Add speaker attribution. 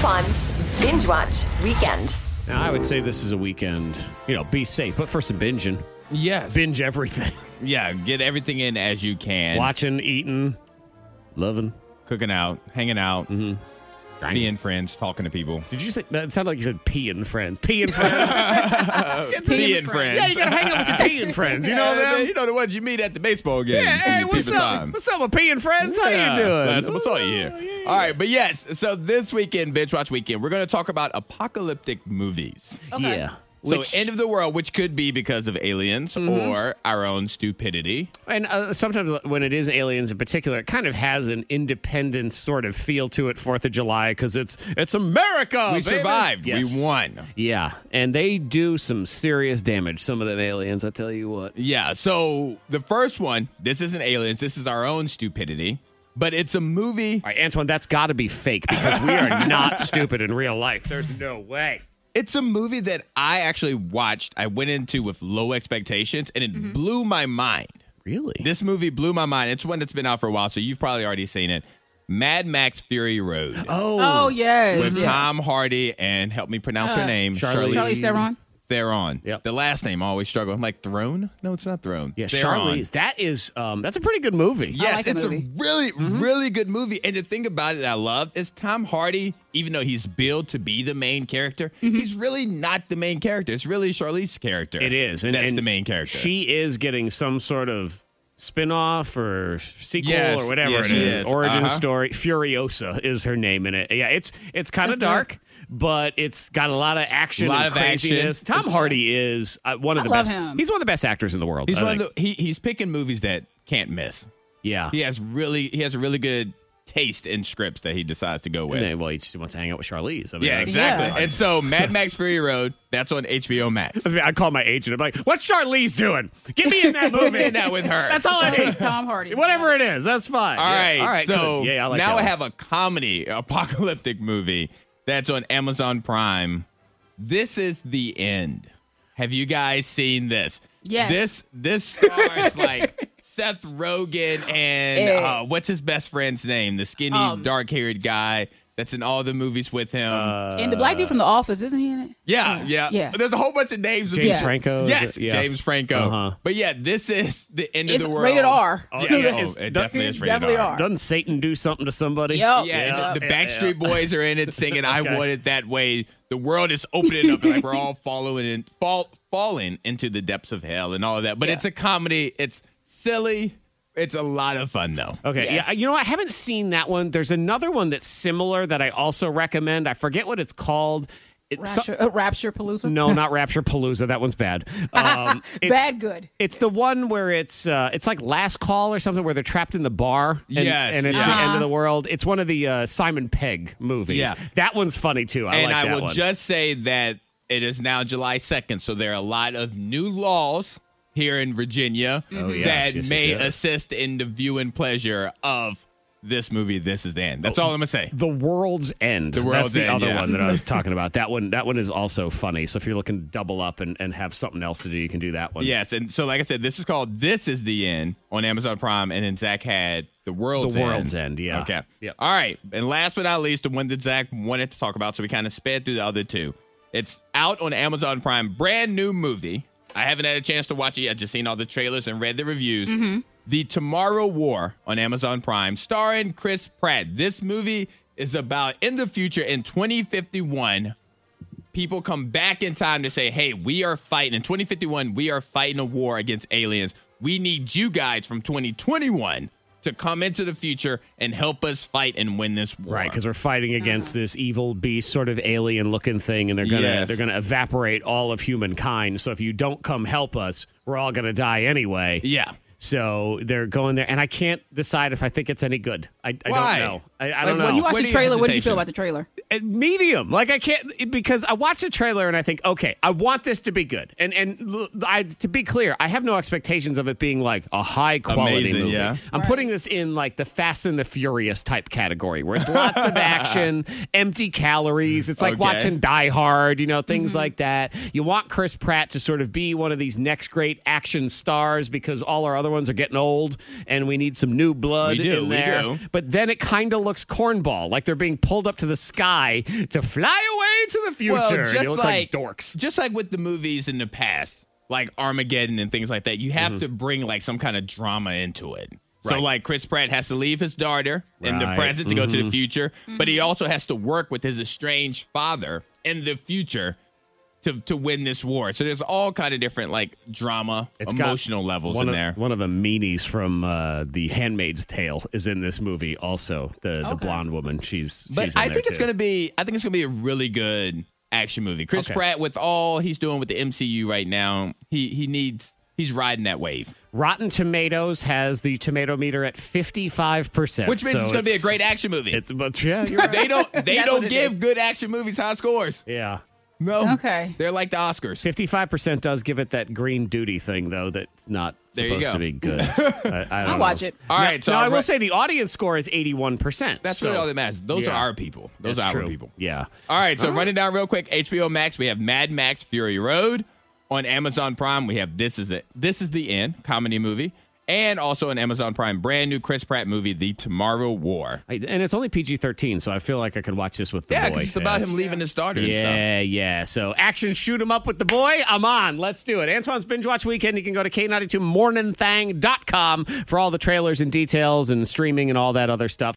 Speaker 1: Fonz, Binge Watch Weekend.
Speaker 2: Now, I would say this is a weekend. You know, be safe, but for some binging,
Speaker 3: Yes.
Speaker 2: binge everything.
Speaker 3: yeah, get everything in as you can.
Speaker 2: Watching, eating, loving.
Speaker 3: Cooking out, hanging out, being friends, talking to people.
Speaker 2: Did you say that sounded like you said peeing friends? Peeing friends.
Speaker 3: Being friends.
Speaker 2: yeah, you gotta hang out with your peeing friends. You know them.
Speaker 3: You know the ones you meet at the baseball game.
Speaker 2: Yeah, hey, what's up? What's up, with peeing friends? How you doing?
Speaker 3: That's what's all you Oh, here. All right, but yes, so this weekend, Binge Watch Weekend, we're going to talk about apocalyptic movies.
Speaker 2: Yeah.
Speaker 3: so, end of the world, Oh. which Mm-hmm. could be because of aliens or our own stupidity.
Speaker 2: And uh, sometimes when it is aliens in particular, it kind of has an independent sort of feel to it, Fourth of July, because it's it's America.
Speaker 3: we
Speaker 2: baby!
Speaker 3: survived.
Speaker 2: Yes.
Speaker 3: We won.
Speaker 2: Yeah, and they do some serious damage. Some of them aliens, I tell you what.
Speaker 3: Yeah. So the first one, this isn't aliens. This is our own stupidity, but it's a movie.
Speaker 2: All right, Antoine, that's got to be fake because we are not stupid in real life. There's no way.
Speaker 3: It's a movie that I actually watched. I went into with low expectations, and it blew my mind.
Speaker 2: Really?
Speaker 3: This movie blew my mind. It's one that's been out for a while, so you've probably already seen it. Mad Max Fury Road
Speaker 4: Oh, yes.
Speaker 3: with Tom Hardy and help me pronounce her name,
Speaker 2: Uh, Charlize-
Speaker 4: Charlie Theron.
Speaker 3: Theron.
Speaker 2: Yep.
Speaker 3: The last name I always struggle. I'm like Throne? No, it's not Throne.
Speaker 2: yeah,
Speaker 3: Theron.
Speaker 2: Charlize. That is um, that's a pretty good movie. Mm-hmm.
Speaker 3: Yes,
Speaker 4: like the
Speaker 3: it's
Speaker 4: movie.
Speaker 3: a really, really good movie. And the thing about it that I love is Tom Hardy, even though he's billed to be the main character, he's really not the main character. It's really Charlize's character.
Speaker 2: Mm-hmm. it is.
Speaker 3: That's the main character.
Speaker 2: She is getting some sort of spin-off or sequel
Speaker 3: Yes,
Speaker 2: or whatever
Speaker 3: yes,
Speaker 2: it
Speaker 3: she
Speaker 2: is.
Speaker 3: is.
Speaker 2: Origin
Speaker 3: Uh-huh.
Speaker 2: story. Furiosa is her name in it. Yeah, it's it's kind of
Speaker 4: That's good.
Speaker 2: dark. But it's got a lot of action
Speaker 3: A lot
Speaker 2: and
Speaker 3: of action.
Speaker 2: craziness. Tom Hardy is uh, one of
Speaker 4: I
Speaker 2: the
Speaker 4: love
Speaker 2: best.
Speaker 4: him.
Speaker 2: He's one of the best actors in the world.
Speaker 3: he's
Speaker 2: I
Speaker 3: one
Speaker 2: think.
Speaker 3: of the, he, he's picking movies that can't miss.
Speaker 2: yeah.
Speaker 3: He has really he has a really good taste in scripts that he decides to go with.
Speaker 2: And then, well, he just wants to hang out with Charlize. I mean,
Speaker 3: Yeah,
Speaker 2: that's-
Speaker 3: exactly.
Speaker 4: Yeah.
Speaker 3: And so Mad Max Fury Road, that's on HBO Max.
Speaker 2: I mean, I call my agent. I'm like, "What's Charlize doing? Get me in that movie.
Speaker 3: in that with her.
Speaker 2: That's all I
Speaker 4: Charlie's
Speaker 2: need.
Speaker 4: Tom Hardy.
Speaker 2: Whatever it is, that's fine.
Speaker 3: All
Speaker 2: Yeah.
Speaker 3: right.
Speaker 2: all right.
Speaker 3: So
Speaker 2: good. yeah, I like
Speaker 3: now
Speaker 2: that
Speaker 3: I
Speaker 2: one.
Speaker 3: have a comedy apocalyptic movie that's on Amazon Prime. This is the end. Have you guys seen this?
Speaker 4: Yes.
Speaker 3: This this stars like Seth Rogen and
Speaker 4: Eh.
Speaker 3: uh, what's his best friend's name? The skinny,
Speaker 4: Um,
Speaker 3: dark haired guy that's in all the movies with him.
Speaker 2: Uh,
Speaker 4: and the black dude from The Office, isn't he in it?
Speaker 3: yeah, yeah,
Speaker 4: oh, yeah.
Speaker 3: There's a whole bunch of names.
Speaker 2: James
Speaker 4: Yeah.
Speaker 2: Franco. is
Speaker 3: Yes,
Speaker 2: it? Yeah.
Speaker 3: James Franco.
Speaker 2: Uh-huh.
Speaker 3: But yeah, this is the end
Speaker 4: It's
Speaker 3: of the world.
Speaker 4: rated R.
Speaker 3: Yeah,
Speaker 2: yeah,
Speaker 3: oh,
Speaker 2: it's-
Speaker 3: it definitely
Speaker 4: it's
Speaker 3: is rated
Speaker 4: definitely
Speaker 3: R.
Speaker 4: R.
Speaker 2: Doesn't Satan do something to somebody?
Speaker 4: Yep.
Speaker 3: Yeah,
Speaker 2: Uh, Yeah.
Speaker 3: the, the
Speaker 2: Yeah,
Speaker 3: Backstreet
Speaker 2: yeah.
Speaker 3: Boys are in it singing "I
Speaker 2: Okay.
Speaker 3: Want It That Way." The world is opening up, and like we're all following in, fall, falling into the depths of hell and all of that. But
Speaker 4: Yeah.
Speaker 3: it's a comedy. It's silly. It's a lot of fun though.
Speaker 2: Okay.
Speaker 4: Yes.
Speaker 2: Yeah. You know, I haven't seen that one. There's another one that's similar that I also recommend. I forget what it's called. It's some-
Speaker 4: Rapture, uh, Rapture Palooza?
Speaker 2: no, not Rapture Palooza. That one's bad. Um, it's-
Speaker 4: Bad good.
Speaker 2: It's the one where it's uh, it's like Last Call or something where they're trapped in the bar. And,
Speaker 3: Yes,
Speaker 2: and it's
Speaker 3: yeah.
Speaker 2: the end of the world. It's one of the uh, Simon Pegg movies.
Speaker 3: Yeah.
Speaker 2: that one's funny too. I
Speaker 3: and
Speaker 2: like
Speaker 3: I
Speaker 2: that
Speaker 3: will
Speaker 2: one.
Speaker 3: just say that it is now July second, so there are a lot of new laws here in Virginia
Speaker 2: Oh, yes, yes,
Speaker 3: that
Speaker 2: yes,
Speaker 3: may
Speaker 2: yes.
Speaker 3: assist in the view and pleasure of this movie. This is the end.
Speaker 2: Oh,
Speaker 3: That's all I'm gonna say.
Speaker 2: the world's end. The
Speaker 3: World's
Speaker 2: That's the
Speaker 3: End,
Speaker 2: other
Speaker 3: yeah.
Speaker 2: one that I was talking about. That one. That one is also funny. So if you're looking to double up and, and have something else to do, you can do that one.
Speaker 3: Yes, and so like I said, this is called "This Is the End" on Amazon Prime, and then Zach had "The World's
Speaker 2: The
Speaker 3: End."
Speaker 2: World's End, yeah.
Speaker 3: Okay.
Speaker 2: Yep.
Speaker 3: All right, and last but not least, the one that Zach wanted to talk about, so we kind of sped through the other two. It's out on Amazon Prime, brand new movie. I haven't had a chance to watch it yet. Just seen all the trailers and read the reviews. The Tomorrow War on Amazon Prime, starring Chris Pratt. This movie is about in the future in 2051 people come back in time to say, hey, we are fighting in 2051, we are fighting a war against aliens. We need you guys from 2021 to come into the future and help us fight and win this war.
Speaker 2: Right, because we're fighting against this evil beast, sort of alien-looking thing, and they're gonna
Speaker 3: Yes.
Speaker 2: they're gonna evaporate all of humankind. So if you don't come help us, we're all gonna die anyway.
Speaker 3: Yeah.
Speaker 2: So they're going there, and I can't decide if I think it's any good. I, I
Speaker 3: Why?
Speaker 2: don't know. I, I
Speaker 3: Like,
Speaker 2: don't
Speaker 3: what
Speaker 2: know.
Speaker 3: do
Speaker 4: You watched
Speaker 3: What
Speaker 4: the
Speaker 3: are your
Speaker 4: trailer. What did you
Speaker 3: hesitation?
Speaker 4: feel about the trailer?
Speaker 2: Uh, medium. Like I can't it- because I watch a trailer and I think, okay, I want this to be good. And and l- I to be clear, I have no expectations of it being like a high quality
Speaker 3: Amazing,
Speaker 2: movie.
Speaker 3: yeah.
Speaker 2: I'm putting this in like the Fast and the Furious type category where it's lots of action, empty calories. It's like
Speaker 3: Okay.
Speaker 2: watching Die Hard, you know, things like that. You want Chris Pratt to sort of be one of these next great action stars because all our other ones are getting old and we need some new blood
Speaker 3: We do,
Speaker 2: in
Speaker 3: we
Speaker 2: there.
Speaker 3: do.
Speaker 2: But then it kind of looks cornball, like they're being pulled up to the sky fly to fly away to the future.
Speaker 3: Well,
Speaker 2: And
Speaker 3: just
Speaker 2: you look like, dorks.
Speaker 3: Just like with the movies in the past, like Armageddon and things like that, you have to bring like some kind of drama into it. So
Speaker 2: Mm-hmm. Right.
Speaker 3: like Chris Pratt has to leave his daughter in the
Speaker 2: Right. Mm-hmm.
Speaker 3: present to go to the future, but he also has to work with his estranged father in the future to to win this war. So there's all kind of different like drama,
Speaker 2: got
Speaker 3: emotional levels
Speaker 2: one
Speaker 3: in
Speaker 2: of,
Speaker 3: there.
Speaker 2: One of the meanies from uh, the Handmaid's Tale is in this movie. Also, the, the
Speaker 4: Okay.
Speaker 2: blonde woman. She's.
Speaker 3: But
Speaker 2: she's in
Speaker 3: I
Speaker 2: there,
Speaker 3: think it's
Speaker 2: too.
Speaker 3: gonna be I think it's gonna be a really good action movie. Chris
Speaker 2: Okay.
Speaker 3: Pratt with all he's doing with the MCU right now, he he needs he's riding that wave.
Speaker 2: Rotten Tomatoes has the tomato meter at fifty five percent,
Speaker 3: Which means it's gonna be a great action movie.
Speaker 2: It's but yeah, you're right.
Speaker 3: they don't they
Speaker 2: That's
Speaker 3: don't
Speaker 2: what it
Speaker 3: give good action movies high scores.
Speaker 2: yeah.
Speaker 3: No.
Speaker 4: Okay.
Speaker 3: They're like the Oscars.
Speaker 2: Fifty five percent does give it that green duty thing though. That's not
Speaker 3: There you
Speaker 2: supposed
Speaker 3: go.
Speaker 2: to be good. I, I
Speaker 4: I'll watch it.
Speaker 3: All right, so
Speaker 2: now, I
Speaker 3: I'll
Speaker 2: will
Speaker 3: re-
Speaker 2: say the audience score is eighty one percent.
Speaker 3: that's really all that matters. Those
Speaker 2: Yeah.
Speaker 3: are our people. Those are our people.
Speaker 2: Yeah.
Speaker 3: All right, so running down real quick, HBO Max, we have Mad Max Fury Road. On Amazon Prime, we have This Is It. This is the End, comedy movie. And also on Amazon Prime, brand new Chris Pratt movie, The Tomorrow War.
Speaker 2: I, and it's only PG thirteen, so I feel like I could watch this with the
Speaker 3: Yeah,
Speaker 2: boy.
Speaker 3: 'cause it's about
Speaker 2: That's-
Speaker 3: him leaving his daughter and stuff.
Speaker 2: Yeah, yeah. So action, shoot 'em up with the boy. I'm on. Let's do it. Antoine's Binge Watch Weekend. You can go to K92morningthang.com for all the trailers and details and streaming and all that other stuff.